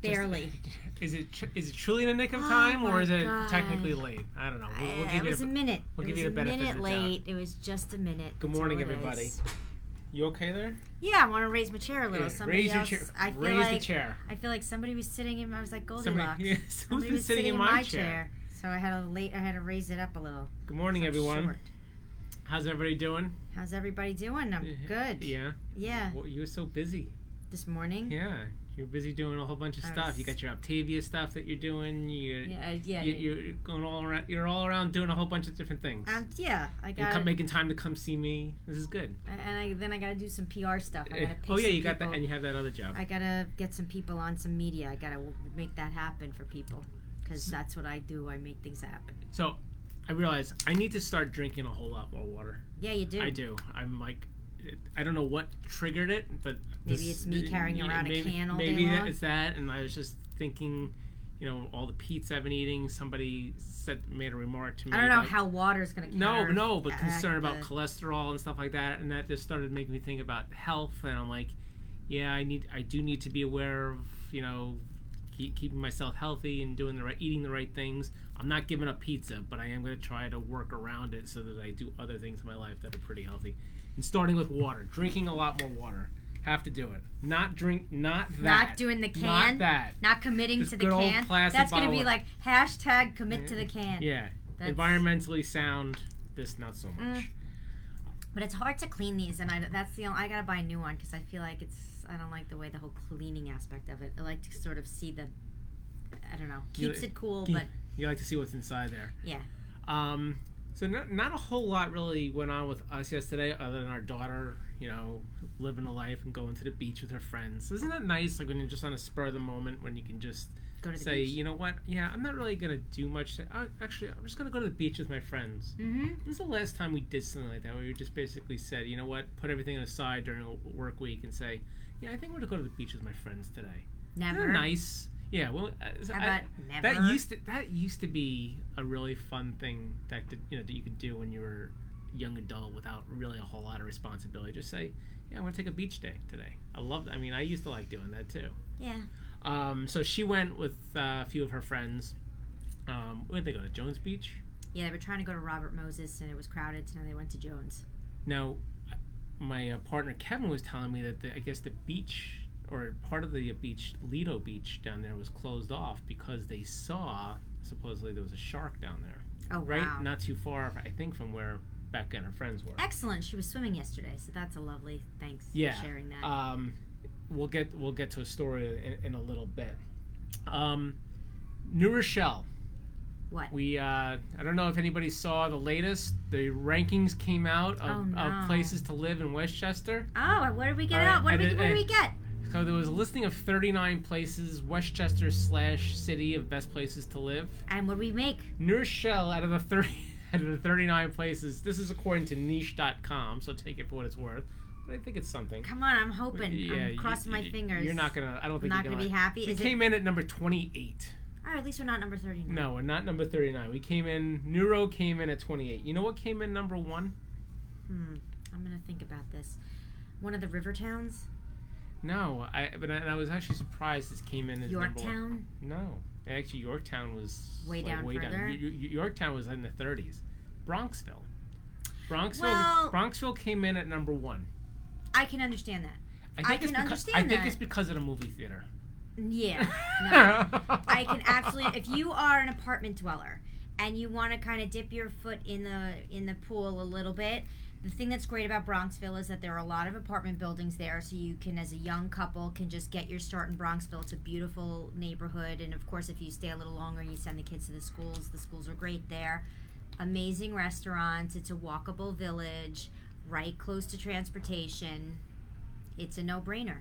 Barely. Is it tr- is it truly in the nick of Oh time, or my is it God. technically late? I don't know. We'll, we'll I- give Eh, it you was a- a minute. we'll it give was you the a benefit minute of the doubt. late. It was just a minute. Good That's morning, all it everybody. is. you okay there? Yeah, I want to raise my chair a little. Yeah, Somebody raise your else. chair. I feel raise like the chair. I feel like somebody was sitting in. I was like Goldilocks. Somebody, yeah, Somebody somebody's sitting in my chair. So I had to late. I had to raise it up a little. Good morning, I'm everyone. short. How's everybody doing? How's everybody doing? I'm good. Yeah. Yeah. Well, you were so busy. This morning. Yeah. You're busy doing a whole bunch of I stuff. You was- got your Octavia stuff that you're doing. You, Yeah. I- Yeah. you, you're going all around. You're all around doing a whole bunch of different things. um, yeah. I You're got. come, making time to come see me. This is good. and I, then I got to do some PR stuff. I Eh, got to. oh yeah, you got that, people. and you have that other job. I gotta get some people on some media. I gotta w- make that happen for people, because that's what I do. I make things happen. So, I realize I need to start drinking a whole lot more water. Yeah, you do. I do. I'm like, it- I don't know what triggered it, but Maybe it's me carrying you around a maybe, can all day Maybe long. it's that, and I was just thinking, you know, all the pizza I've been eating. Somebody said made a remark to me. I don't know like, how water's gonna. No, counter- no, but act concern about the- cholesterol and stuff like that, and that just started making me think about health, and I'm like, yeah, I need, I do need to be aware of, you know, keep, keeping myself healthy and doing the right, eating the right things. I'm not giving up pizza, but I am going to try to work around it so that I do other things in my life that are pretty healthy, and starting with water, drinking a lot more water. Have to do it. Not drink, not that. Not doing the Not can. that. Not committing This to the good old can. plastic That's gonna be bottle. like hashtag commit to the can. Yeah. That's- Environmentally sound. This not so much. Mm. But it's hard to clean these, and I that's the only, I gotta buy a new one because I feel like it's I don't like the way the whole cleaning aspect of it. I like to sort of see the I don't know You- keeps it cool, you- but You like to see what's inside there. Yeah. Um, so not, not a whole lot really went on with us yesterday, other than our daughter, you know, living a life and going to the beach with her friends. Isn't that nice? Like when you're just on a spur of the moment, when you can just go to the say, beach. you know what? Yeah, I'm not really gonna do much. I, actually, I'm just gonna go to the beach with my friends. Mm-hmm. When's the last time we did something like that? Where we just basically said, you know what? Put everything aside during a work week and say, yeah, I think we're gonna go to the beach with my friends today. Isn't that Never. nice? Yeah. Well, uh, so How I- about never? that used to that used to be a really fun thing that could, you know that you could do when you were a young adult without really a whole lot of responsibility. Just say, yeah, I want to take a beach day today. I love. I mean, I used to like doing that too. yeah. Um, so she went with uh, a few of her friends. Um, where did they go to Jones Beach? Yeah, they were trying to go to Robert Moses and it was crowded, so now they went to Jones. Now, my uh, partner Kevin was telling me that the, I guess the beach or part of the beach, Lido Beach down there, was closed off because they saw supposedly there was a shark down there. Oh right wow! not too far i think from where becca and her friends were Excellent. She was swimming yesterday, so that's a lovely. Thanks Yeah. for sharing that. um we'll get we'll get to a story in, in a little bit um new rochelle What? we uh i don't know if anybody saw the latest the rankings came out of, Oh, no. of places to live in westchester oh, what did we get All right, uh, out? What did I we, did- what did I- we get? so there was a listing of 39 places westchester slash city of best places to live And what did we make? New Rochelle out of the 30 out of the 39 places. This is according to niche.com, so take it for what it's worth. But I think it's something. Come on, I'm hoping. I'm you- crossing um, my you- fingers. You're not gonna. I don't I'm think not you're gonna gonna. be happy. we Is it? came in at number 28. All right, at least we're not number thirty-nine. No, we're not number 39. We came in. Neuro came in at 28. You know what came in number one? Hmm. I'm gonna think about this. One of the river towns, No, I. But I, and I was actually surprised this came in as number one. Yorktown. No, actually Yorktown was Way like, down way further? down. Y- y- Yorktown was in the 30s. Bronxville. Bronxville. Well- Bronxville came in at number one. I can understand that. I think it's can because, I understand think that. it's because of the movie theater. Yeah. No. I can absolutely. If you are an apartment dweller and you want to kind of dip your foot in the in the pool a little bit, the thing that's great about Bronxville is that there are a lot of apartment buildings there, so you can, as a young couple, can just get your start in Bronxville. It's a beautiful neighborhood, and of course, if you stay a little longer and you send the kids to the schools, the schools are great there. Amazing restaurants. It's a walkable village, right close to transportation. It's a no-brainer.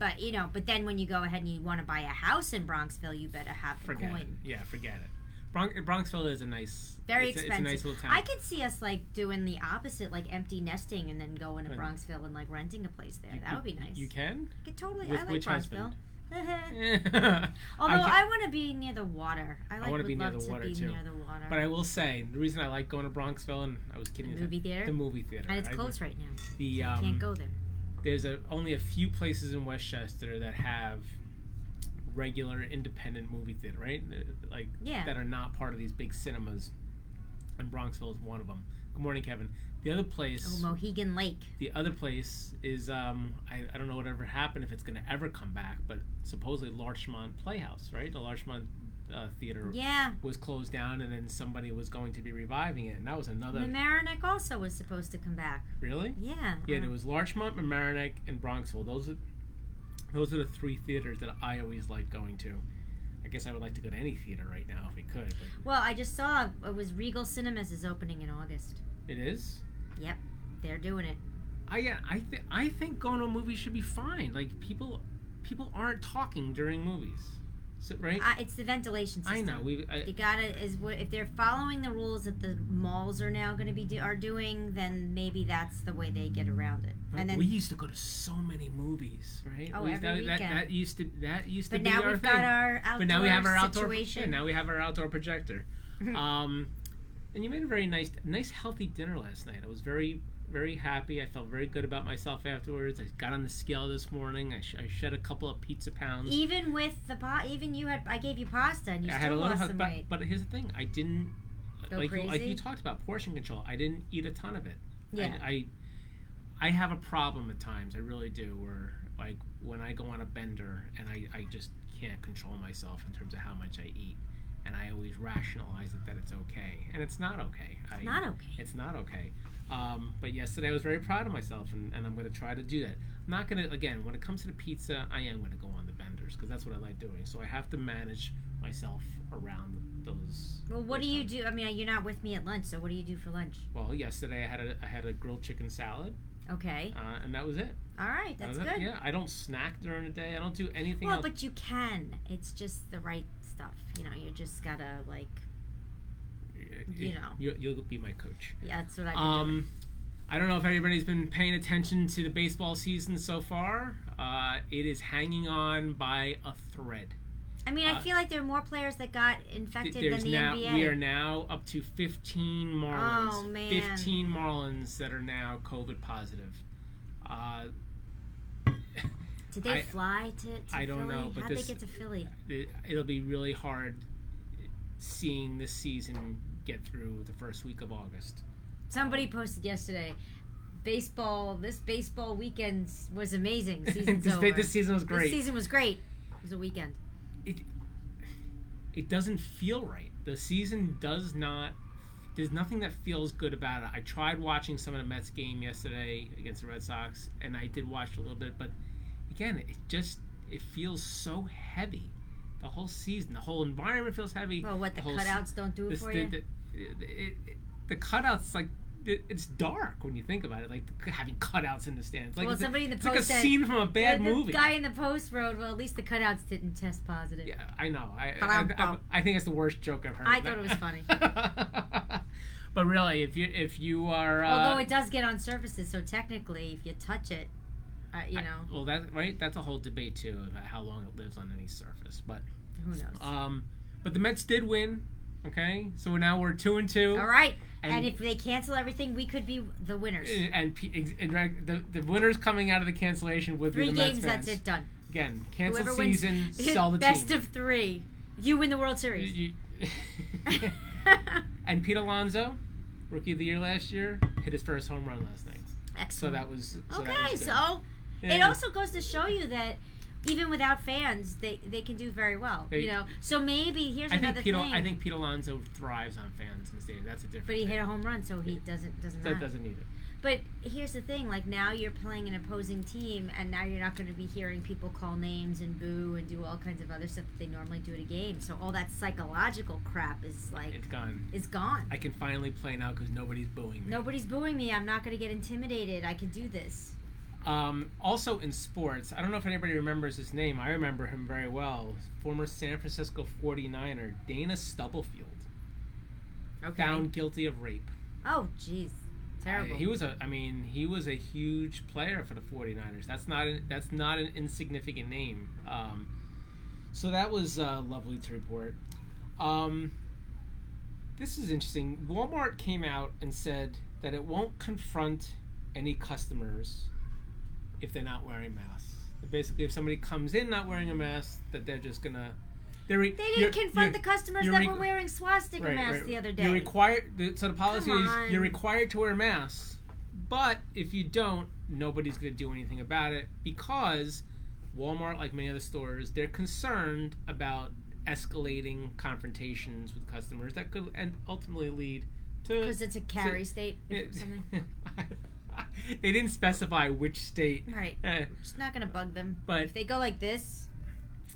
but you know, but then when you go ahead and you want to buy a house in Bronxville, you better have the Forget it. coin. Yeah, forget it. Bronx, Bronxville is a nice, Very it's, a- expensive. it's a nice little town. I could see us like doing the opposite, like empty nesting, and then going to Right. Bronxville and like renting a place there. You- that would be nice. You can. I could totally. with I like which Bronxville. husband? Although I I, want to be near the water. I, like, wanna would be near love the to water, be too. near the water. But I will say the reason I like going to Bronxville, and I was kidding, the you, movie theater, the movie theater, and it's I- closed right now. The um, Can't go there. there's a, only a few places in Westchester that have regular independent movie theater, right? Uh, Like Yeah. that are not part of these big cinemas, and Bronxville is one of them. Good morning, Kevin. The other Oh, place, Mohegan Lake. the other place is um, I, I don't know whatever happened if it's gonna ever come back, but supposedly Larchmont Playhouse, right? The Larchmont uh, Theater Yeah. was closed down, and then somebody was going to be reviving it, and that was another The Marinick also was supposed to come back. really. Yeah. Uh-huh. Yeah, there was Larchmont, Mamaroneck, and Bronxville. Those are those are the three theaters that I always like going to. I guess I would like to go to any theater right now if we could. But Well, I just saw it was Regal Cinemas is opening in August. it is. They're doing it. I yeah, I think I think going to a movie should be fine. Like people people aren't talking during movies, so, right? Uh, it's the ventilation system. I know we. You I, gotta is what if they're following the rules that the malls are now going to be do, are doing, then maybe that's the way they get around it. And then, we used to go to so many movies, right? Oh, we, every that, That, weekend. that used to that used to but be now our we've thing. got our outdoor but now we have our outdoor situation. Hmm. Yeah, now we have our outdoor projector. um, and you made a very nice, nice healthy dinner last night. I was very, very happy. I felt very good about myself afterwards. I got on the scale this morning. I, sh- I shed a couple of pizza pounds. even with the pot, even you had I gave you pasta and you I still had a little, lost health- some but, weight. but here's the thing: I didn't Go like you, like crazy? you talked about portion control. I didn't eat a ton of it. Yeah, I, I, I have a problem at times. I really do. Where like when I go on a bender and I, I just can't control myself in terms of how much I eat, and I always rationalize it that it's okay, and it's not okay. I, it's not okay. It's not okay. Um, but yesterday I was very proud of myself, and, and I'm going to try to do that. I'm not going to again when it comes to the pizza. I am going to go on the benders because that's what I like doing. So I have to manage myself around those. Well, what do those you times. do? I mean, you're not with me at lunch, so what do you do for lunch? Well, yesterday I had a I had a grilled chicken salad, Okay, uh, and that was it. all right, that's Other than- good. Uh, Yeah, I don't snack during the day. I don't do anything Well, else. but you can. It's just the right stuff. You know, you just gotta like. you know. you, you'll be my coach. Yeah, that's what I. Um, I don't know if everybody's been paying attention to the baseball season so far. Uh, it is hanging on by a thread. I mean, uh, I feel like there are more players that got Th- infected There's than the now NBA. we are now up to 15 Marlins. Oh, man. 15 Marlins that are now COVID positive. Uh, Did they I- fly to, to I don't Philly? know, but How'd this- they get to Philly? it- it'll be really hard seeing this season get through the first week of August. Somebody posted yesterday. Baseball. This baseball weekend was amazing. Season's this, over. this season was This great. season was great. It was a weekend. it doesn't feel right. The season does not. There's nothing that feels good about it. I tried watching some of the Mets game yesterday against the Red Sox, and I did watch a little bit, but again, it just it feels so heavy. The whole season, the whole environment feels heavy. Well, what the whole s- cutouts don't do it This- for the, you. the- it- it- the cutouts like it, it's dark when you think about it. Like having cutouts in the stands, like well, it's, a- somebody in the it's post like a said, scene from a bad the, movie. The guy in the post wrote, "Well, at least the cutouts didn't test positive." Yeah, I know. I, I, Ba-dum, I, bum. I think it's the worst joke I've heard. I thought it was funny. but really, if you if you are uh, Although it does get on surfaces, so technically, if you touch it, uh, you I- know, well, that right, that's a whole debate too about how long it lives on any surface. But who knows? um, but the Mets did win. Okay, so now we're two and two. All right. And, eh, And, if they cancel everything, we could be the winners. and, P- ex- and right, the the winners coming out of the cancellation would Three be the games, Mets fans. that's it, done. Again, cancel Whoever wins- season, sell the Best team. of three. You win the World Series. You- you- and Pete Alonso, rookie of the year last year, hit his first home run last night. So Excellent. that was so that okay, was good. so it Yeah. also goes to show you that even without fans, they, they can do very well. They- you know, so maybe here's I another think Pete. thing. I think Pete Alonso thrives on fans in the stadium. That's a different. but he thing. hit a home run, so he doesn't doesn't That matter. doesn't need it. But here's the thing: like now you're playing an opposing team, and now you're not going to be hearing people call names and boo and do all kinds of other stuff that they normally do at a game. So all that psychological crap is like It's gone. is gone. I can finally play now because nobody's booing me. Nobody's booing me. I'm not going to get intimidated. I can do this. Um, also in sports, I don't know if anybody remembers his name. I remember him very well. Former San Francisco 49er, Dana Stubblefield, Okay. found guilty of rape. Oh, jeez. Terrible. Uh, He was a I mean, he was a huge player for the 49ers. That's not an, that's not an insignificant name. Um, so that was uh, lovely to report. Um, this is interesting. Walmart came out and said that it won't confront any customers if they're not wearing masks. Basically, if somebody comes in not wearing a mask, that they're just gonna they're re- they didn't you're- confront you're- the customers you're that re- were wearing swastika Right, masks right. the other day. You're required. the- So the policy Come is on. you're required to wear masks, but if you don't, nobody's going to do anything about it because Walmart, like many other stores, they're concerned about escalating confrontations with customers that could and ultimately lead to. Because it's a carry state. or something. they didn't specify which state. Right. Uh, It's not gonna bug them. But- if they go like this,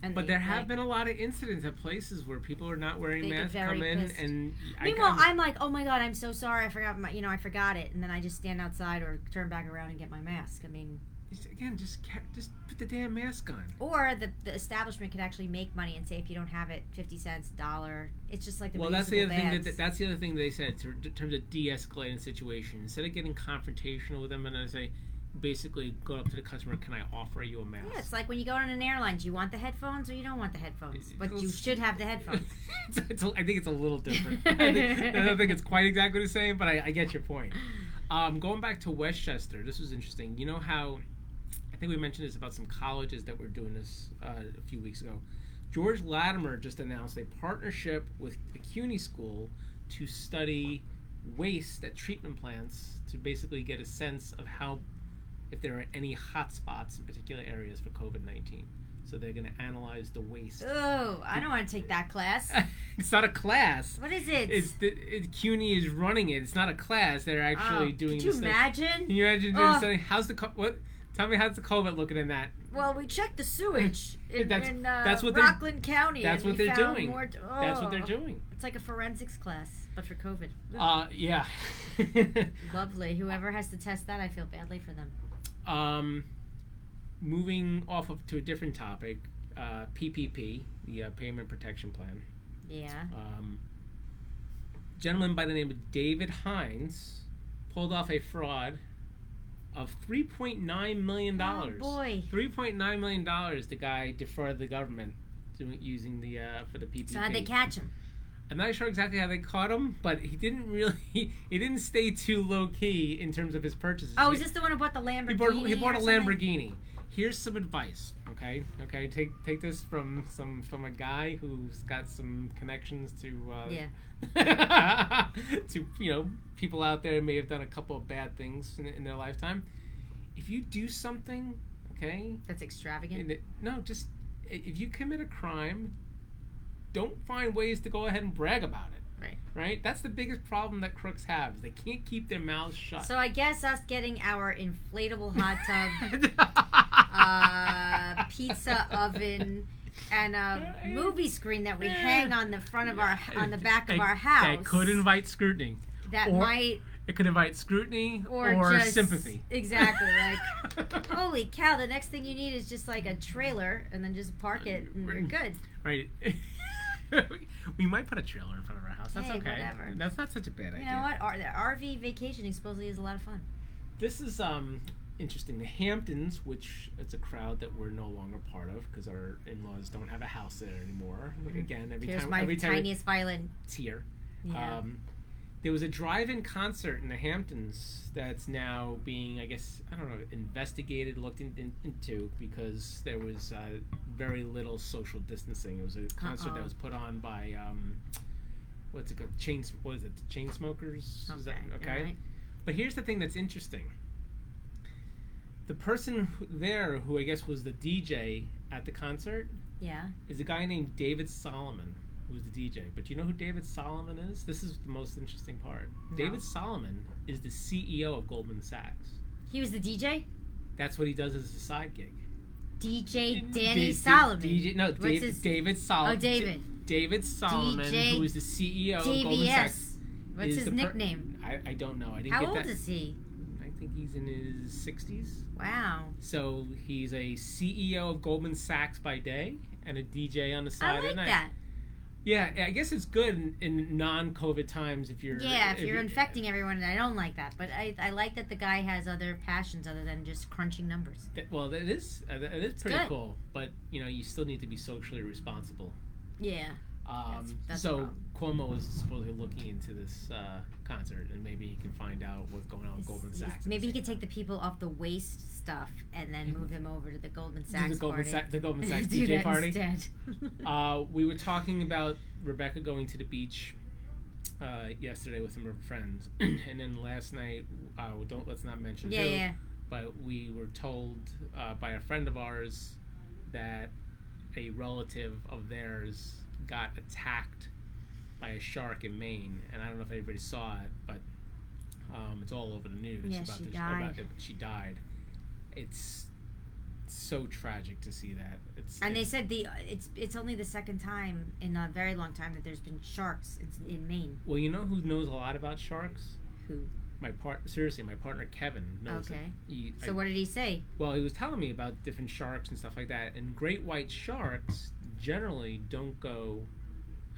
and but they, there have like- been a lot of incidents at places where people are not wearing They get masks, very come in, pissed. and I- Meanwhile, I'm- I'm like, oh my god, I'm so sorry, I forgot my, you know, I forgot it, and then I just stand outside or turn back around and get my mask. I mean, Just- again, just ca- just put the damn mask on. or the, the establishment could actually make money and say if you don't have it, fifty cents, dollar. It's just like the well, that's the reusable other thing bags. that that's the other thing they said to, in terms of de-escalating situations. Instead of getting confrontational with them, and I say, basically, go up to the customer. Can I offer you a mask? Yeah, it's like when you go on an airline, do you want the headphones or you don't want the headphones? It- But you it's- should have the headphones. it's, it's a- I think it's a little different. I, think, I don't think it's quite exactly the same, but I, I get your point. Um, going back to Westchester, this was interesting. You know how I think we mentioned this about some colleges that were doing this uh, a few weeks ago. George Latimer just announced a partnership with the CUNY school to study waste at treatment plants to basically get a sense of how if there are any hot spots in particular areas for COVID nineteen. So they're going to analyze the waste Oh, I don't want to take that class. it's not a class. What is it? It's the it, CUNY is running it. It's not a class. They're actually Oh, doing. Could you the stuff. imagine? Ah. Can you imagine doing Ugh. something? How's the co- what? Tell me how's the COVID looking in that? Well, we checked the sewage in, That's- in, uh, that's what they're- Rockland County. that's and what we they're found doing. more- That's what oh. they're doing. It's like a forensics class, but for COVID. Ooh, Uh, yeah. Lovely. Whoever has to test that, I feel badly for them. um, moving off of to a different topic, uh, PPP, the uh, Payment Protection Plan. Yeah. um, gentleman by the name of David Hines pulled off a fraud of $3.9 million. Oh, boy. $3.9 million the guy defrauded the government doing, using the uh, for the PPP. So how'd they catch him? I'm not sure exactly how they caught him, but he didn't really he didn't stay too low key in terms of his purchases. Oh, He- is this the one who bought the Lamborghini? he bought, he or bought a something? Lamborghini. Here's some advice, okay? Okay, take take this from some from a guy who's got some connections to uh, Yeah. to you know people out there who may have done a couple of bad things in, in their lifetime. If you do something, okay, That's and extravagant. it- no, just i- if you commit a crime, don't find ways to go ahead and brag about it. Right. Right. That's the biggest problem that crooks have. Is they can't keep their mouths shut. So I guess us getting our inflatable hot tub, uh, uh, pizza oven, and a movie screen that we hang on the front of our on the back of our house That could invite scrutiny. that or- might It could invite scrutiny or, or, just sympathy. Exactly. Like Holy cow, the next thing you need is just like a trailer and then just park it and you're good. right. we might put a trailer in front of our house. That's Hey, okay. whatever. That's not such a bad You idea. know what? Our, the RV vacationing supposedly is a lot of fun. This is um interesting. The Hamptons, which it's a crowd that we're no longer part of because our in-laws don't have a house there anymore. Again, Mm-hmm. every Here's time my every time tiniest violin. it's here. Yeah. Um, there was a drive-in concert in the Hamptons that's now being, I guess, I don't know, investigated, looked in, in- into because there was uh, very little social distancing. It was a concert Uh-oh. that was put on by um, what's it called? Chains? What is it? Chain smokers? Is that, okay. alright. But here's the thing that's interesting. The person who- there, who I guess was the DJ at the concert, Yeah. is a guy named David Solomon, who's the DJ. But you know who David Solomon is? This is the most interesting part. No. David Solomon is the CEO of Goldman Sachs. He was the DJ? That's what he does as a side gig. DJ D- Danny D- Solomon. DJ, no, What's Dave, his- David oh, Solomon. David. David Solomon, DJ who is the CEO of Goldman Sachs. DBS. What's is his the per- nickname? I, I don't know. I didn't How get old that. is he? I think he's in his 60s. Wow. So he's a CEO of Goldman Sachs by day and a DJ on the side I like at night. that. Yeah, I guess it's good in, in non-COVID times if you're yeah, if you're infecting everyone, I don't like that. But I, I like that the guy has other passions other than just crunching numbers. That- Well, that is uh, that is pretty good. cool, but you know you still need to be socially responsible. Yeah. Um, That's- that's a so Cuomo is supposedly looking into this uh, concert, and maybe he can find out what's going on with Goldman Sachs. Maybe he could take the people off the waste stuff and then move them over to the Goldman To Sachs Mm-hmm. the Goldman, party. Sa- the Goldman Sachs Do DJ that party. instead. Uh, we were talking about Rebecca going to the beach uh, yesterday with some of her friends, and then last night, uh, we don't let's not mention yeah, who, yeah. but we were told uh, by a friend of ours that a relative of theirs got attacked by a shark in Maine, and I don't know if anybody saw it, but um, it's all over the news Yeah, about she the, died. about it, she died. It's so tragic to see that. It's And they it's- said the it's it's only the second time in a very long time that there's been sharks in, in Maine. Well, you know who knows a lot about sharks? Who? My part seriously, my partner Kevin knows. it. Okay. He- I- So what did he say? well, he was telling me about different sharks and stuff like that. And great white sharks generally don't go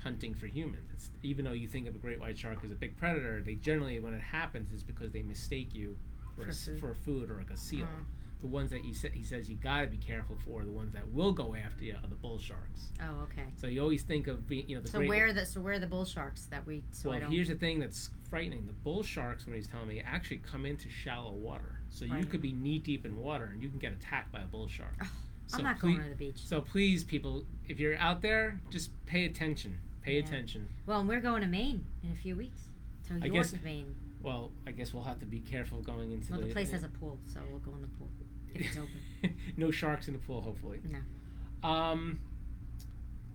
hunting for humans. It's, even though you think of a great white shark as a big predator, they generally, when it happens, is because they mistake you for, For a s food. for food or like a seal. Oh. The ones that he, sa- he says you gotta be careful for, the ones that will go after you, are the bull sharks. Oh, okay. So you always think of being, you know, the So great where are the so where are the bull sharks that we so I well, don't here's the thing that's frightening: the bull sharks, when he's telling me, actually come into shallow water. So you Right. could be knee deep in water and you can get attacked by a bull shark. Ugh, so I'm not please, going to the beach. So please, people, if you're out there, just pay attention. Pay Yeah. attention. Well, and we're going to Maine in a few weeks. To York, guess- Maine. Well, I guess we'll have to be careful going into Well, the, the place has a pool, so we'll go in the pool. If it's open. no sharks in the pool, hopefully. No. Um,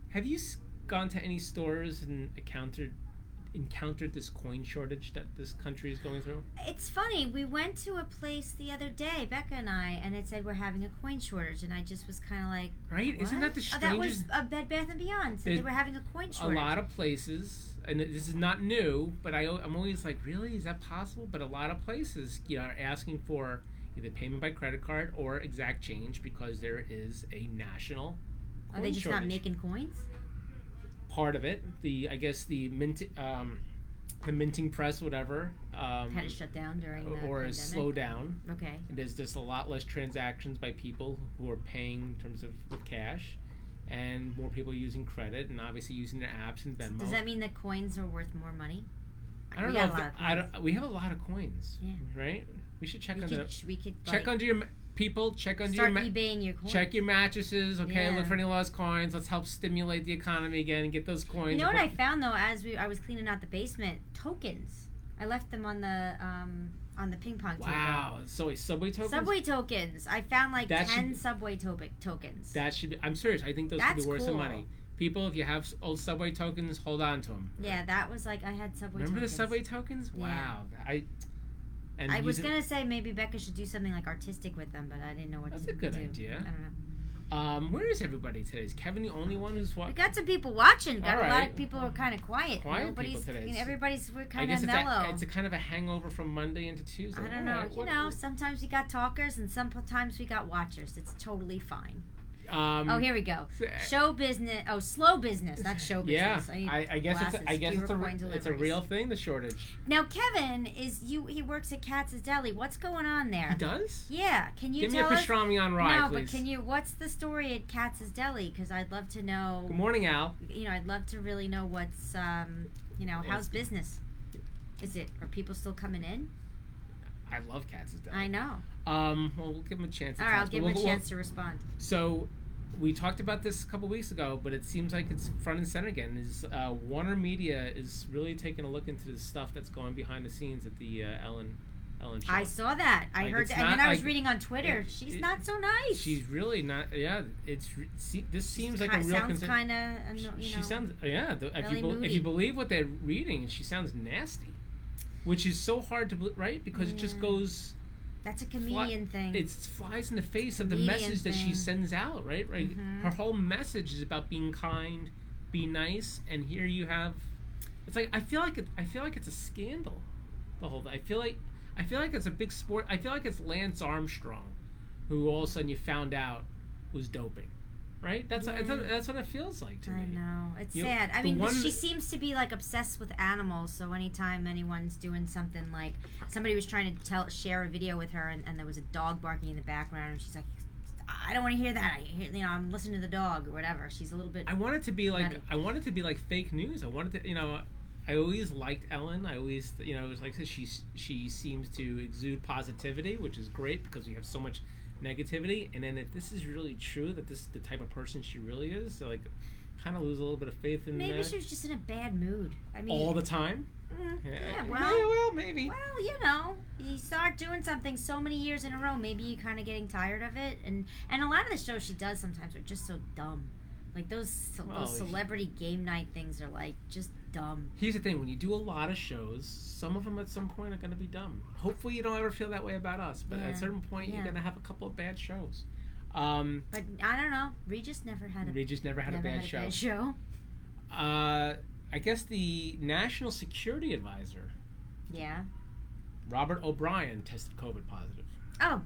have you s- gone to any stores and encountered encountered this coin shortage that this country is going through? It's funny. We went to a place the other day, Becca and I, and it said we're having a coin shortage, and I just was kind of like, Right? is is Isn't that the oh, strangest that was a Bed Bath and Beyond said It- they were having a coin a shortage. lot of places, and this is not new, but I, I'm always like, really, is that possible? But a lot of places, you know, are asking for either payment by credit card or exact change because there is a national Are Oh, they coin just shortage. not Mm-hmm. making coins? part of it. The I guess the mint, um, the minting press, whatever, um, Had it shut down during the or pandemic. is slow down. Okay. There's just a lot less transactions by people who are paying in terms of with cash, and more people using credit and obviously using their apps and Venmo. Does that mean that coins are worth more money? I don't We know. got If a lot of I don't, we have a lot of coins, Yeah. right? We should check We on could, the sh- we could check like, under your ma- people. Check under start your ma- eBaying your coins. check your mattresses. Okay, Yeah. look for any lost coins. Let's help stimulate the economy again and get those coins. You know what I and found though, as we I was cleaning out the basement, tokens. I left them on the um on the ping pong put- Wow, so wait, subway table. tokens. Subway tokens. I found like That should ten be- subway topic tokens. That should. Be, I'm serious. I think those should That's be worth some cool. money. People, if you have s- old subway tokens, hold on to them. yeah, that was like I had subway. Remember tokens. the subway tokens? Yeah. Wow. I. And I use was it- gonna say maybe Becca should do something like artistic with them, but I didn't know what That's to a good do. idea. I don't know. Um, where is everybody today? Is Kevin the only one who's We watching? got some people watching. Got a lot Alright. of people who are kind of quiet. Quiet people Nobody's. today. you know, everybody's we're I kind guess of it's mellow. a, it's a kind of a hangover from Monday into Tuesday. I don't All know. right, You what- know, sometimes we got talkers and sometimes we got watchers. It's totally fine. Um, oh, here we go. Show business. Oh, slow business, not show Yeah, business. I- I, I guess it's glasses, a, I guess fewer it's a, re- coin it's a deliveries. real thing. The shortage. now Kevin is you. He works at Katz's Deli. What's going on He there? does. Yeah, can you Give me a tell us? pastrami on rye, no, please. but can you? What's the story at Katz's Deli? Because I'd love to know. Good morning, Al. You know, I'd love to really know what's um, you know, how's business? Is it? Are people still coming in? I love cats. Deli. I know. Um, well, we'll give him a chance. to All right, tell I'll us, give but him a we'll- we'll- chance to respond. So, we talked about this a couple weeks ago, but it seems like it's front and center again. Is uh, Warner Media is really taking a look into the stuff that's going behind the scenes at the uh, Ellen Ellen show. I saw that. I Like, heard, it's that. and not then I was like- reading on Twitter. it- She's it- not so nice. She's really not. Yeah, it's re- see, this seems like a Ki- real sounds concern. kind of. She, You know, she sounds yeah. The, if, really you be, if moody. you believe what they're reading, she sounds nasty, which is so hard to bel- right because it just Yeah. goes. that's a comedian thing. It flies in the face of the Comedian message that she thing. sends out. Right, right. Mhm. Her whole message is about being kind, be nice, and here you have. It's like I feel like it, I feel like it's a scandal. The whole. I feel like I feel like it's a big sport. I feel like it's Lance Armstrong, who all of a sudden you found out was doping, right? That's Yeah. that's, that's what it feels like to I me. know it's You know, sad. I the mean, but one- she seems to be like obsessed with animals. So anytime anyone's doing something like somebody was trying to tell share a video with her, and, and there was a dog barking in the background, and she's like, "I don't want to hear that. I hear, you know, I'm listening to the dog or whatever." She's a little bit. I want it to be like Nutty. I want it to be like fake news. I wanted to, you know, I always liked Ellen. I always, you know, it was like she she seems to exude positivity, which is great because we have so much negativity. And then if this is really true, that this is the type of person she really is, so like, kind of lose a little bit of faith in Maybe that she was just in a bad mood. I mean, all the time. mm, Yeah, yeah, yeah, well, well, maybe. well, you know, you start doing something so many years in a row, maybe you're kind of getting tired of it. And and a lot of the shows she does sometimes are just so dumb. Like those, ce- Well, those she- celebrity game night things are like just dumb. Here's the thing: when you do a lot of shows, some of them at some point are going to be dumb. Hopefully, you don't ever feel that way about us, but at Yeah. a certain point, you're Yeah. going to have a couple of bad shows. Um, But I don't know. Regis never had a, we just never had never a bad had show. a bad show. Uh, I guess the National Security Advisor, Yeah. Robert O'Brien, tested COVID positive. Oh,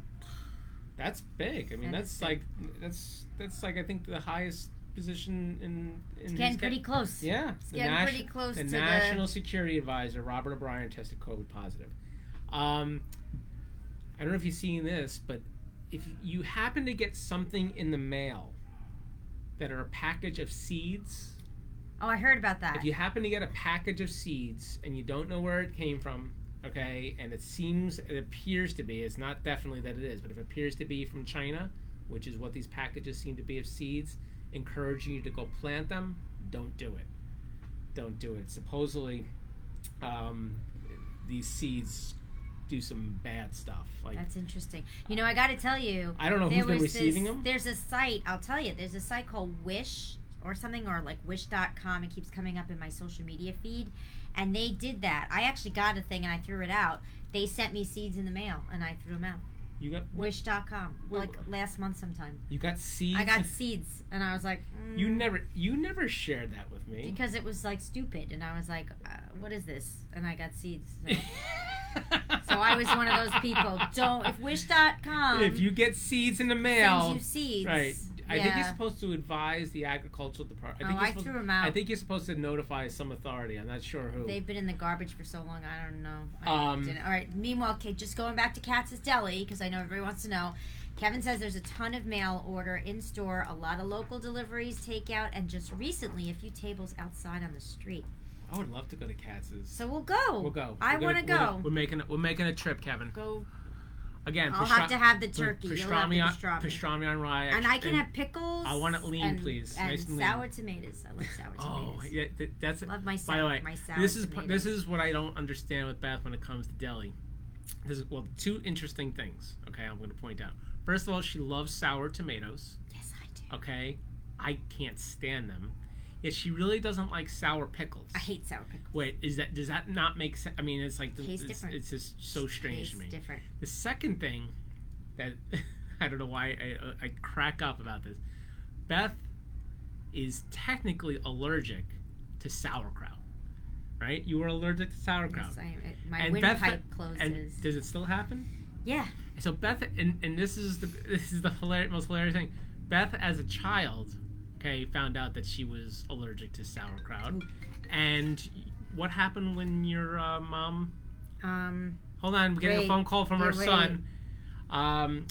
That's big. I mean, That that's is like that's that's like I think the highest position in in it's this getting ca- pretty close. Yeah, It's the getting nation- pretty close the to National Security Advisor Robert O'Brien tested COVID positive. Um, I don't know if you've seen this, but if you happen to get something in the mail that are a package of seeds, the. Oh, I heard about that. if you happen to get a package of seeds and you don't know where it came from, okay, and it seems, it appears to be, it's not definitely that it is, but if it appears to be from China, which is what these packages seem to be of seeds, encouraging you to go plant them, don't do it. Don't do it. Supposedly, um, these seeds do some bad stuff. Like, That's interesting. You know, I got to tell you, I don't know who's been was receiving this, them. There's a site, I'll tell you, there's a site called Wish or something or like wish.com. It keeps coming up in my social media feed. And they did that. I actually got a thing and I threw it out. They sent me seeds in the mail and I threw them out. You got Wish.com. Wait, Like last month sometime. you got seeds. I got seeds and I was like, mm, you never you never shared that with me. Because it was like stupid and I was like, uh, what is this? And I got seeds. So, so I was one of those people. Don't, if wish.com. if you get seeds in the sends mail, you seeds. right? I think you're Yeah. supposed to advise the agricultural department. Oh, think I you're supposed, threw 'em out. I think you're supposed to notify some authority. I'm not sure who. They've been in the garbage for so long. I don't know. I Um, didn't- all right. Meanwhile, okay, just going back to Katz's Deli because I know everybody wants to know. Kevin says there's a ton of mail order in store, a lot of local deliveries, takeout, and just recently a few tables outside on the street. I would love to go to Katz's. So we'll go. we'll go. I We're gonna- want to we're gonna- go. We're making a, we're making a trip, Kevin. Go. Again, I'll pastra- have to have the turkey. Pastrami, You'll have the on, pastrami. pastrami on rye. And I can and- have pickles. I want it lean, and- please. And Nice and lean. sour tomatoes. I like sour Oh, tomatoes. yeah, th- that's Love my By the sour, way, my sour this is tomatoes. this is what I don't understand with Beth when it comes to deli. This is well, two interesting things. Okay, I'm going to point out. First of all, she loves sour tomatoes. Yes, I do. Okay, I can't stand them. Yet she really doesn't like sour pickles. I hate sour pickles. Wait, is that does that not make sense? I mean, it's like the, Tastes it's, different. it's just so strange to Tastes me. different. The second thing that I don't know why I, I crack up about this, Beth is technically allergic to sauerkraut, right? You were allergic to sauerkraut, Yes, I am. It- My And windpipe Beth- closes. and does it still happen? yeah, So Beth, and, and this is the this is the hilarious, most hilarious thing. Beth, as a child, okay, found out that she was allergic to sauerkraut, and what happened when your uh, mom um, Hold on, we're getting Ray, a phone call from you're her son. Um,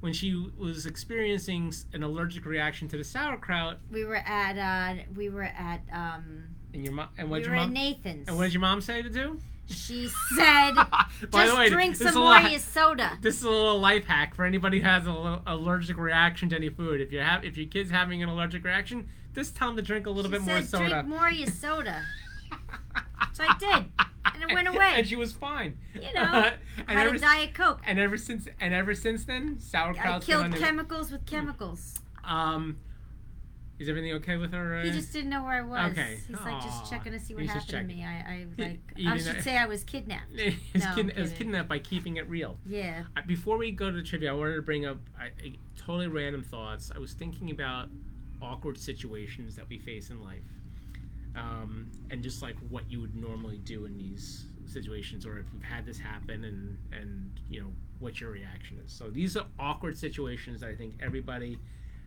when she was experiencing s- an allergic reaction to the sauerkraut, we were at uh, we were at um, and your mom, and we were what your at mom, Nathan's. and what did your mom say to do? she said, By "Just the way, drink this is some a more lot- of your soda." This is a little life hack for anybody who has an al- allergic reaction to any food. If you have, if your kid's having an allergic reaction, just tell them to drink a little she bit said, more soda. "Drink more of your soda." So I did, and it went away. and she was fine. You know, and Had ever, a s- diet coke. and ever since, and ever since then, I sauerkraut. killed chemicals with chemicals. Um, is everything okay with her? He uh, just didn't know where I was. Okay. He's like Aw. just checking to see what He's just happened to me. checking. E-, I, I He- like he I didn't- should say I was kidnapped. is, No, kid- I'm is kidding. kidnapped by keeping it real. Yeah. I- Before we go to the trivia, I wanted to bring up I, I, totally random thoughts. I was thinking about awkward situations that we face in life, um, and just like what you would normally do in these situations or if you've had this happen and and you know what your reaction is. So these are awkward situations that I think everybody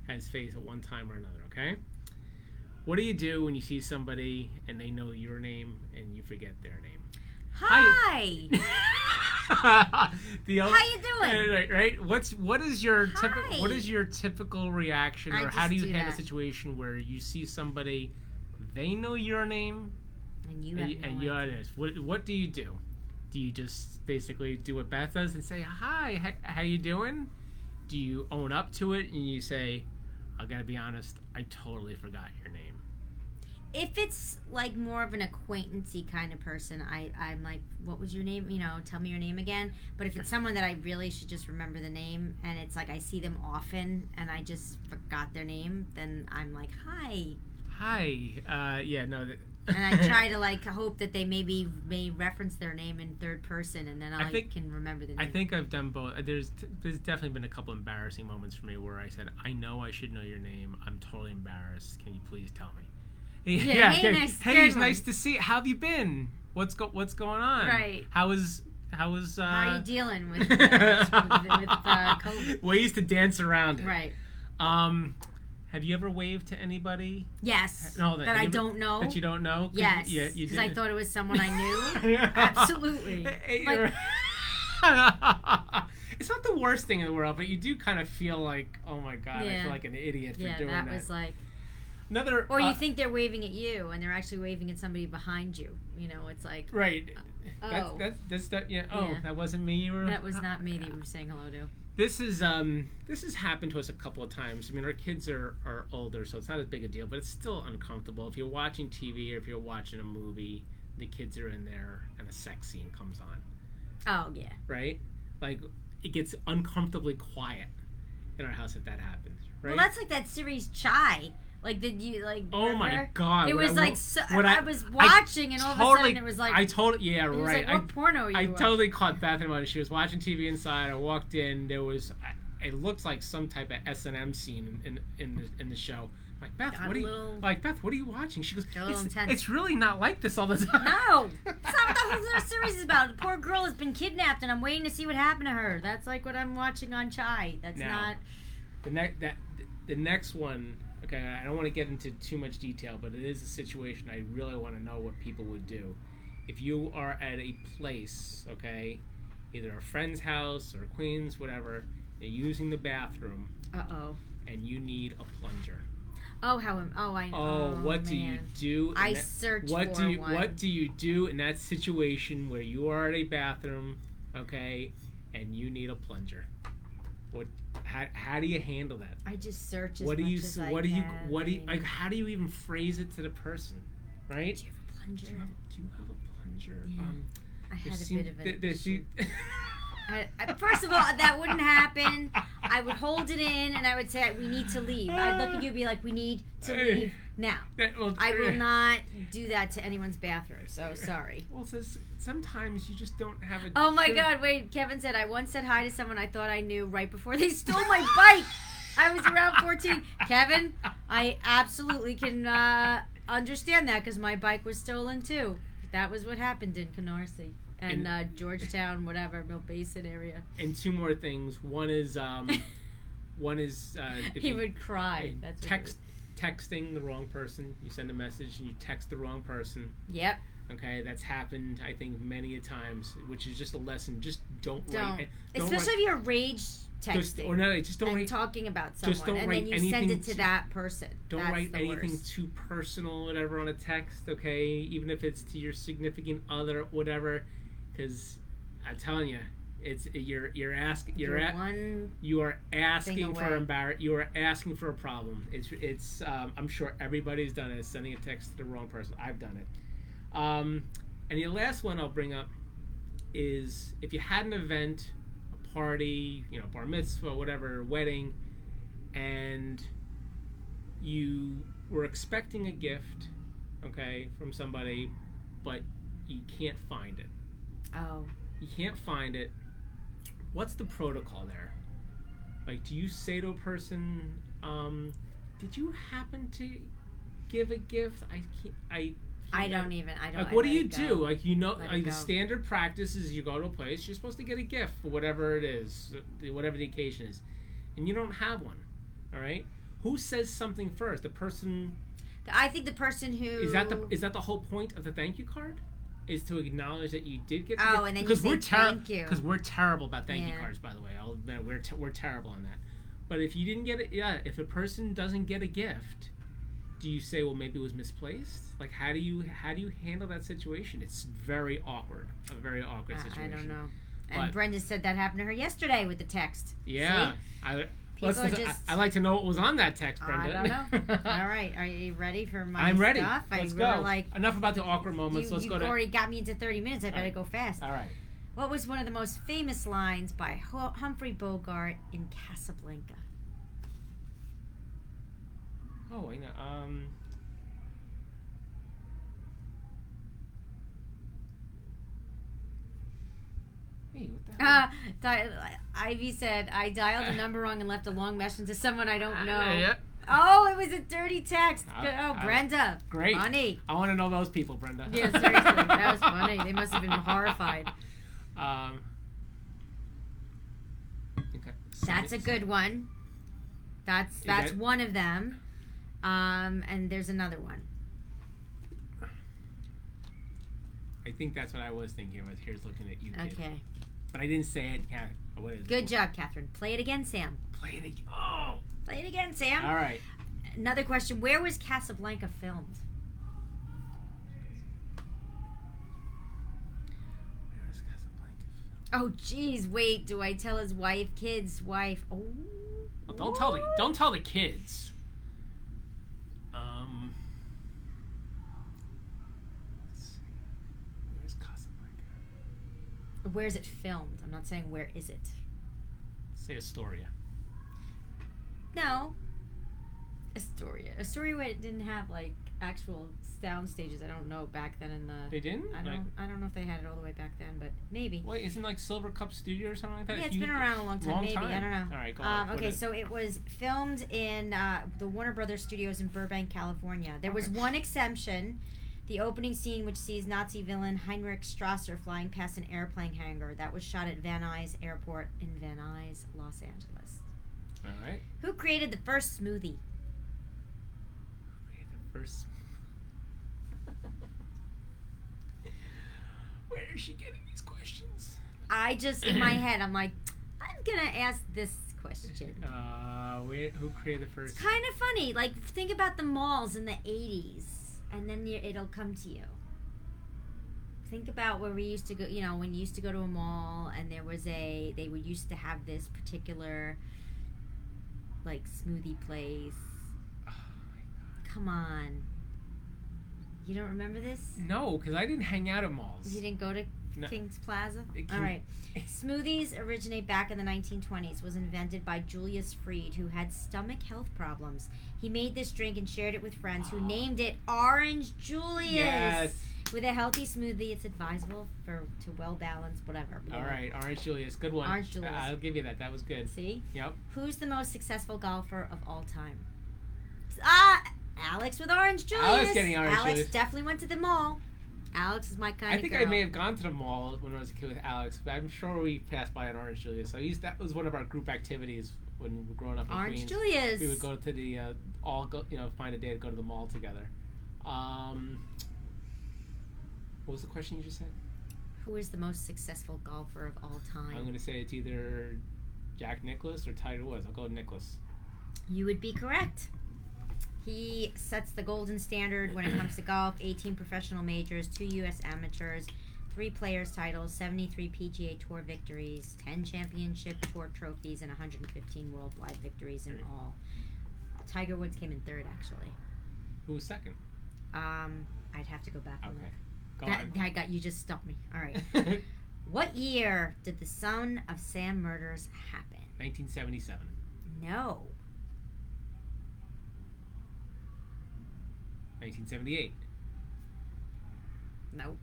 has faced at one time or another. Okay. What do you do when you see somebody and they know your name and you forget their name? Hi. the other- How you doing? Right, right. What's what is your Hi. typical what is your typical reaction I or how just do you do handle a that. situation where you see somebody they know your name And you have uh, and, you- no and you idea. are this? What what do you do? Do you just basically do what Beth does and say hi? h- How you doing? Do you own up to it and you say, I gotta be honest, I totally forgot your name. if it's like more of an acquaintancy kind of person, I I'm like, what was your name? You know, tell me your name again. But if it's someone that I really should just remember the name, and it's like I see them often, and I just forgot their name, then I'm like, hi, Hi. Uh, yeah. No. That, and I try to like hope that they maybe may reference their name in third person, and then I I think- can remember the name. I think I've done both. Uh, There's there's definitely been a couple embarrassing moments for me where I said, "I know I should know your name. I'm totally embarrassed. Can you please tell me?" Yeah, hey, okay. nice- hey, good it's one. nice to see. You. How have you been? What's go What's going on? Right. How is How is uh? How are you dealing with, uh, with uh, COVID? Ways to dance around it. Right. Um, have you ever waved to anybody Yes. No, that that I anybody- don't know. that you don't know? 'Cause you- yes. Yeah, you Because I did. thought it was someone I knew. Absolutely. Eh, Like- you're- it's not the worst thing in the world, but you do kind of feel like, oh my god, I Yeah. feel like an idiot for yeah, doing that that. was like. Another Or you uh, think they're waving at you, and they're actually waving at somebody behind you. You know, it's like, right. That's, oh, that's, that's that. Yeah. Oh, Yeah. that wasn't me. You were. that was not me that you were saying hello to. This is um. This has happened to us a couple of times. I mean, our kids are are older, so it's not as big a deal, but it's still uncomfortable. If you're watching TV or if you're watching a movie, the kids are in there, and a sex scene comes on. Oh yeah. right? Like it gets uncomfortably quiet in our house if that happens, right? Well, that's like that series Chai. Like did you like? oh my remember? god! It when was I, like wo- so, when I, I- was watching, and all of a totally- sudden it was like I told yeah it was right. like what porno are you? I, I watching? totally caught Beth in one. She was watching TV inside. I walked in. There was I- it looked like some type of S and M scene in in the, in the show. I'm like Beth, Got what a are you little- like? Beth, what are you watching? She goes, Got a little it's, intense." it's really not like this all the time. No, that's not what the whole little series is about. The poor girl has been kidnapped, and I'm waiting to see what happened to her. That's like what I'm watching on Chai. That's No. not. The next that the next one. Okay, I don't want to get into too much detail, but it is a situation I really want to know what people would do. If you are at a place, okay, either a friend's house or Queen's, whatever, you're using the bathroom Uh oh. and you need a plunger. Oh how am oh I. Oh, what do you man. do? in I that- searched what for do you one. what do you do in that situation where you are at a bathroom, okay, and you need a plunger? What? How, how do you handle that? I just search. As what do you much as I what do you can. what do you I mean, like how do you even phrase it to the person right do you have a do you plunger? have, do you have a plunger Yeah. um I there had a seem- bit of there- an there issue. seem- I, I, first of all, that wouldn't happen. I would hold it in, and I would say we need to leave. I'd look at you and be like, we need to leave now. That- well, I will eh. not do that to anyone's bathroom. So sorry. well says sometimes you just don't have a Oh my choice. God! Wait, Kevin said I once said hi to someone I thought I knew right before they stole my bike. I was around 14. Kevin, I absolutely can uh, understand that because my bike was stolen too. That was what happened in Canarsie and And- uh, Georgetown, whatever, Mill Basin area. and two more things one is um one is uh if he you- would cry. if That's what he text texting the wrong person you send a message and you text the wrong person would- Yep. Okay, that's happened I think many a times, which is just a lesson. Just don't, Don't. write. Don't Especially if you're rage write, just, texting or no, just don't and write. talking about someone, just don't and write then you send anything it to to- that person. don't That's write the anything worst. too personal, whatever, on a text. Okay, even if it's to your significant other, whatever, because I'm telling you, it's you're you're asking you're, You're at, one. you are asking for away. embar you are asking for a problem. It's it's um, I'm sure everybody's done it. Sending a text to the wrong person. I've done it. Um, and the last one I'll bring up is if you had an event, a party, you know, bar mitzvah, whatever, wedding, and you were expecting a gift, okay, from somebody, but you can't find it Oh. you can't find it what's the protocol there like do you say to a person um did you happen to give a gift i can't, i I don't even. I don't. Like, what I do you let it do? go. Like, you know, Let it like go. the standard practice is you go to a place, you're supposed to get a gift for whatever it is, whatever the occasion is, and you don't have one. All right, who says something first? The person I think the person who is that the is that the whole point of the thank you card? Is to acknowledge that you did get. The Oh, gift? and then you Because say we're thank you. Because we're terrible about thank you Yeah. cards, by the way. I'll admit it, we're te- we're terrible on that. But if you didn't get it, yeah. If a person doesn't get a gift, do you say, well, maybe it was misplaced? Like, how do you how do you handle that situation? It's very awkward. A very awkward I, I situation. don't know. And But- Brenda said that happened to her yesterday with the text. Yeah. See? I, People let's, are just- Oh, I, I like to know what was on that text, I Brenda. don't All right, are you ready for my I'm ready. stuff? Let's I go. really Like Enough about the awkward you, moments. Let's you go to. already got me into 30 minutes. I All better right. go fast. All right. What was one of the most famous lines by Hu- Humphrey Bogart in Casablanca? Oh, I know. Um, hey, what the hell? Uh, di- Ivy said, "I dialed a number wrong and left a long message to someone I don't know." Ah, Uh, Yeah, yeah. Oh, it was a dirty text. I- Good- oh, I- Brenda, Great. funny. I want to know those people, Brenda. Yeah, seriously, that was funny. They must have been horrified. Um, okay. That's a good one. That's Is that's that- one of them. Um, and there's another one. I think that's what I was thinking. Was here's looking at you, kid. Okay. But I didn't say it. Yeah. What is Good it? job, Catherine. Play it again, Sam. Play it again. Oh. Play it again, Sam. All right. Another question. Where was Casablanca filmed? Where's Casablanca? Oh, geez. Wait. Do I tell his wife, kids, wife? Oh. Well, don't tell the don't tell the kids. Um. let's see. Where's Casablanca? Where is it filmed? I'm not saying where is it. Say Astoria. No. Astoria. Astoria where it didn't have like actual sound stages. I don't know back then in the. They didn't. I Like, don't. I don't know if they had it all the way back then, but maybe. wait, isn't like Silver Cup Studio or something like that? Yeah, If it's you- been around a long time. long maybe I time. don't know. All right, go on. Um, What okay, is- so it was filmed in uh, the Warner Brothers studios in Burbank, California. There was Okay. one exemption the opening scene, which sees Nazi villain Heinrich Strasser flying past an airplane hangar, that was shot at Van Nuys Airport in Van Nuys, Los Angeles. All right. Who created the first smoothie? Wait, the first. Where is she getting these questions? I just, in my head, I'm like, I'm going to ask this question. Uh, wait, who created the first? It's kind of funny. Like, think about the malls in the 80s, and then you- it'll come to you. Think about where we used to go, you know, when you used to go to a mall and there was a, they were used to have this particular, like, smoothie place. Oh, my Come on. You don't remember this? God. no, because I didn't hang out at malls. You didn't go to No. King's Plaza? It All can- right. Smoothies originate back in the 1920s. Was invented by Julius Freed, who had stomach health problems. He made this drink and shared it with friends, who Oh. named it Orange Julius. Yes. With a healthy smoothie, it's advisable for to well balance whatever. All right, Orange Julius, good one. Orange Julius. I- I'll give you that. That was good. See, Yep. who's the most successful golfer of all time? Ah, Alex with Orange Julius. getting Orange Alex Julius. definitely went to the mall. Alex is my kind I of think girl. I may have gone to the mall when I was a kid with Alex, but I'm sure we passed by an Orange Julius. I used that was one of our group activities when we were growing up in Orange Queens. Julius. We would go to the uh, all go, you know find a day to go to the mall together. Um, what was the question you just said? Who is the most successful golfer of all time? I'm gonna say it's either Jack Nicholas or Tiger Woods. I'll go with Nicholas. You would be correct. He sets the golden standard when it comes to golf 18 professional majors, 2 U.S. amateurs, 3 players' titles, 73 PGA Tour victories, 10 championship tour trophies, and 115 worldwide victories in all. Tiger Woods came in third, actually. Who was second? Um, I'd have to go back. and Okay, look. go That, that got you just stumped me. All right. on. What year did the son of Sam murders happen? 1977. No. 1978. Nope.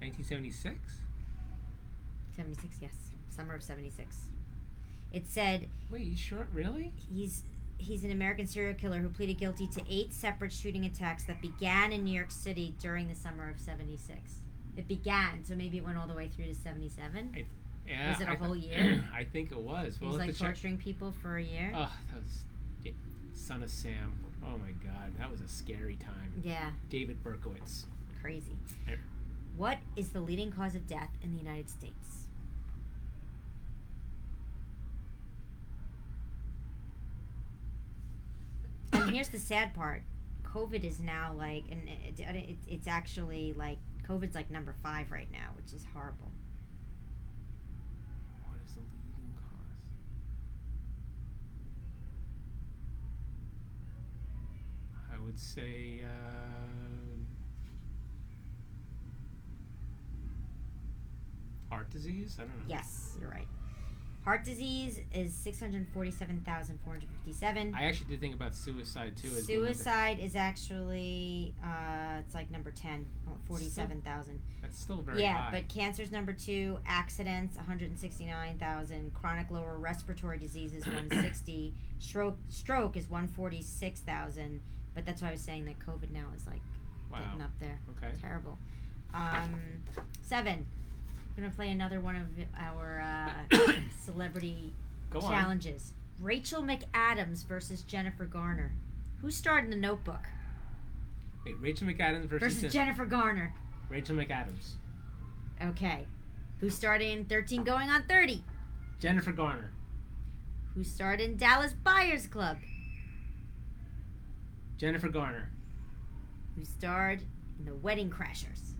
1976. 76, yes. Summer of 76. It said Wait, you sure? Really? he's he's an American serial killer who pleaded guilty to eight separate shooting attacks that began in New York City during the summer of '76. It began, so maybe it went all the way through to '77. Yeah, Was it a I whole th- year? I think it was. He Well, was we'll have like to check. torturing people for a year. Oh, that was yeah, Son of Sam. Oh my God, that was a scary time. yeah, David Berkowitz. crazy. Eh. What is the leading cause of death in the United States? And here's the sad part: COVID is now like, and it, it, it, it's actually like COVID's like number five right now, which is horrible. What is the leading cause? I would say. uh, um heart disease? I don't know. Yes, you're right. Heart disease is six hundred forty-seven thousand four hundred fifty-seven. I actually did think about suicide too. As being another- Suicide is actually uh, it's like number ten, oh, forty-seven thousand. That's still very Yeah, high. but cancer's number two. Accidents, one hundred sixty-nine thousand. Chronic lower respiratory disease is one sixty. stroke, stroke is one forty-six thousand. But that's why I was saying that COVID now is like wow. getting up there. Okay. Terrible. Um, seven. We're gonna play another one of our uh, celebrity Go on. challenges. Rachel McAdams versus Jennifer Garner. Who starred in The Notebook? Wait, Rachel McAdams versus, Versus Jennifer Garner. Rachel McAdams. Okay. Who starred in 13 Going on 30? Jennifer Garner. Who starred in Dallas Buyers Club? Jennifer Garner. Who starred in The Wedding Crashers?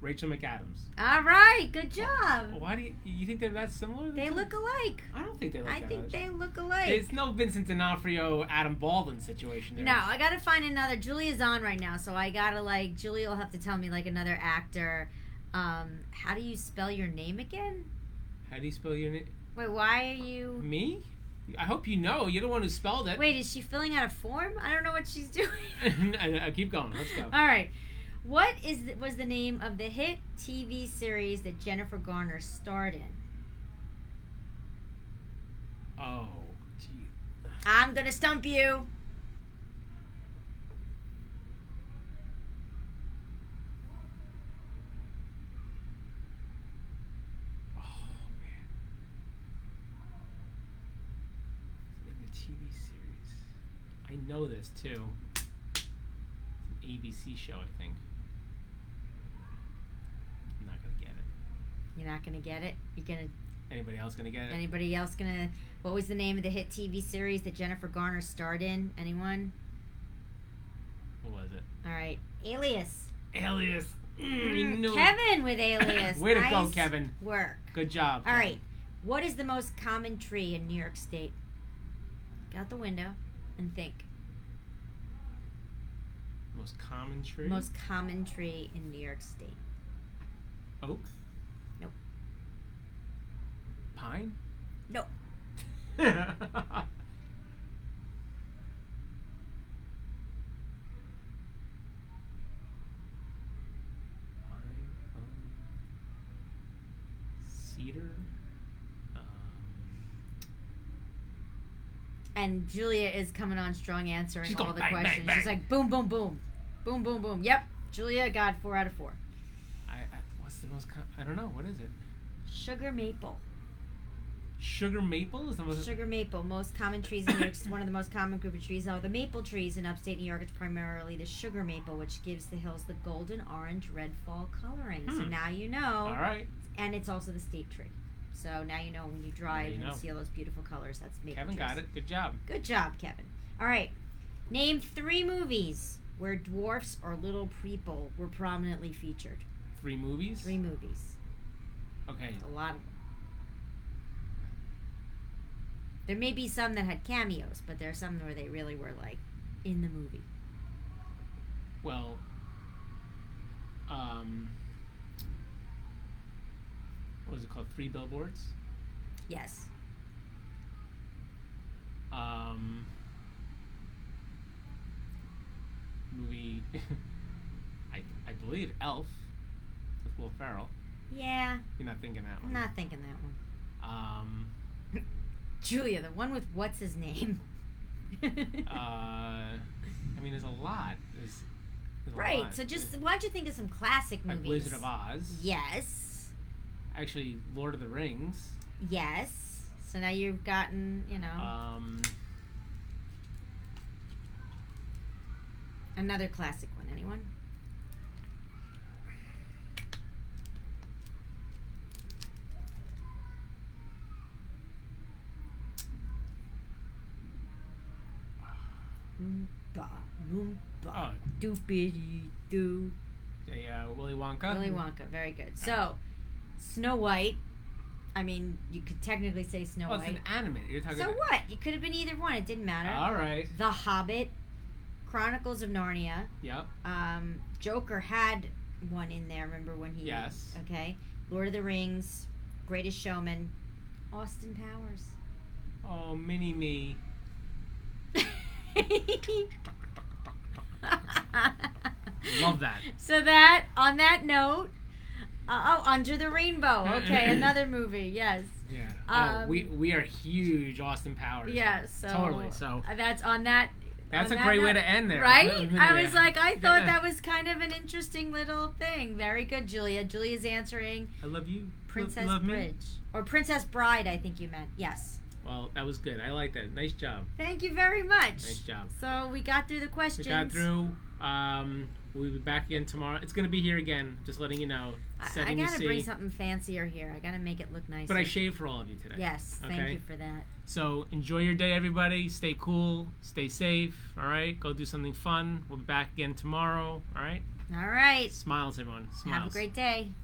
Rachel McAdams. All right, good job. Why do you, you think they're that similar? They look alike. I don't think they look. I that think much. they look alike. It's no Vincent D'Onofrio, Adam Baldwin situation there. No, I gotta find another. Julia's on right now, so I gotta like. Julia will have to tell me like another actor. Um, how do you spell your name again? How do you spell your name? Wait, why are you? Me? I hope you know. You're the one who spelled it. Wait, is she filling out a form? I don't know what she's doing. I, I Uh, keep going. Let's go. All right. What is the, was the name of the hit TV series that Jennifer Garner starred in? Oh, gee. I'm gonna stump you. Oh man. In the TV series. I know this too. It's an ABC show, I think. I'm not gonna get it. You're not gonna get it. You're gonna. Anybody else gonna get it? Anybody else gonna? What was the name of the hit TV series that Jennifer Garner starred in? Anyone? what was it? All right. Alias. Alias. Mm, I knew it. Kevin with Alias. Way to nice go, Kevin. Work. Good job. All Kevin. right. What is the most common tree in New York State? Get out the window and think. Most common tree. Most common tree in New York State. oak. Nope. Pine. Nope. Wait, Cedar. Um, And Julia is coming on strong answering She's all going the bang, bang, questions. She's bang. like boom, boom, boom, boom, boom, boom. Yep, Julia got four out of four. I, I what's the most? Com- I don't know. What is it? Sugar maple. Sugar maple is the most. Sugar maple, most common trees in New York. It's one of the most common group of trees. Now, the maple trees in upstate New York, it's primarily the sugar maple, which gives the hills the golden orange red fall coloring. So Hmm. now you know. All right, And it's also the state tree. So now you know when you drive you and know. see all those beautiful colors. That's maple. Kevin trees. got it. Good job. Good job, Kevin. All right. Name three movies where dwarfs or little people were prominently featured. Three movies. Three movies. Okay. A lot of them. There may be some that had cameos, but there are some where they really were like in the movie. Well. Um. What was it called? Three billboards. Yes. um, movie. I, I believe Elf with Will Ferrell. Yeah, You're not thinking that I'm one. not thinking that one. Um, Julia, the one with what's his name? Uh, I mean, there's a lot. There's, there's a right. lot. So just why'd you think of some classic like movies? Wizard of Oz. Yes. Actually, Lord of the Rings. Yes. So now you've gotten, you know, Um, another classic one. Anyone? Oompa, oh, loompa, doopity doo. a, uh, Willy Wonka. Willy Wonka, very good. So, Snow White. I mean, you could technically say Snow Oh, it's an White. anime. You're talking So about. what? It could have been either one. It didn't matter. All right. The Hobbit, Chronicles of Narnia. Yep. Um, Joker had one in there. Remember when he? Yes. Okay. Lord of the Rings, Greatest Showman, Austin Powers. Oh, Mini Me. Love that. So that on that note, uh, oh, Under the Rainbow. Okay, another movie. Yes. Yeah. oh, Um, we we are huge Austin Powers. Yeah, so totally. So uh, that's on that. that's on a that great way note- to end there, Right? I was Yeah. like, I thought Yeah. that was kind of an interesting little thing. Very good, Julia. Julia's answering I love you, Lo- Princess love me? Bridge or Princess Bride. I think you meant yes. Well, that was good. I like that. Nice job. Thank you very much. Nice job. So we got through the We questions. got through. Um, we'll be back again tomorrow. It's gonna be here again. Just letting you know. I, I Setting gotta the bring scene. something fancier here. I gotta make it look nice. But I shaved for all of you today. Yes, thank Okay. you for that. So enjoy your day, everybody. Stay cool. Stay safe. All right. Go do something fun. We'll be back again tomorrow. All right. All right. Smiles, everyone. Smiles. Have a great day.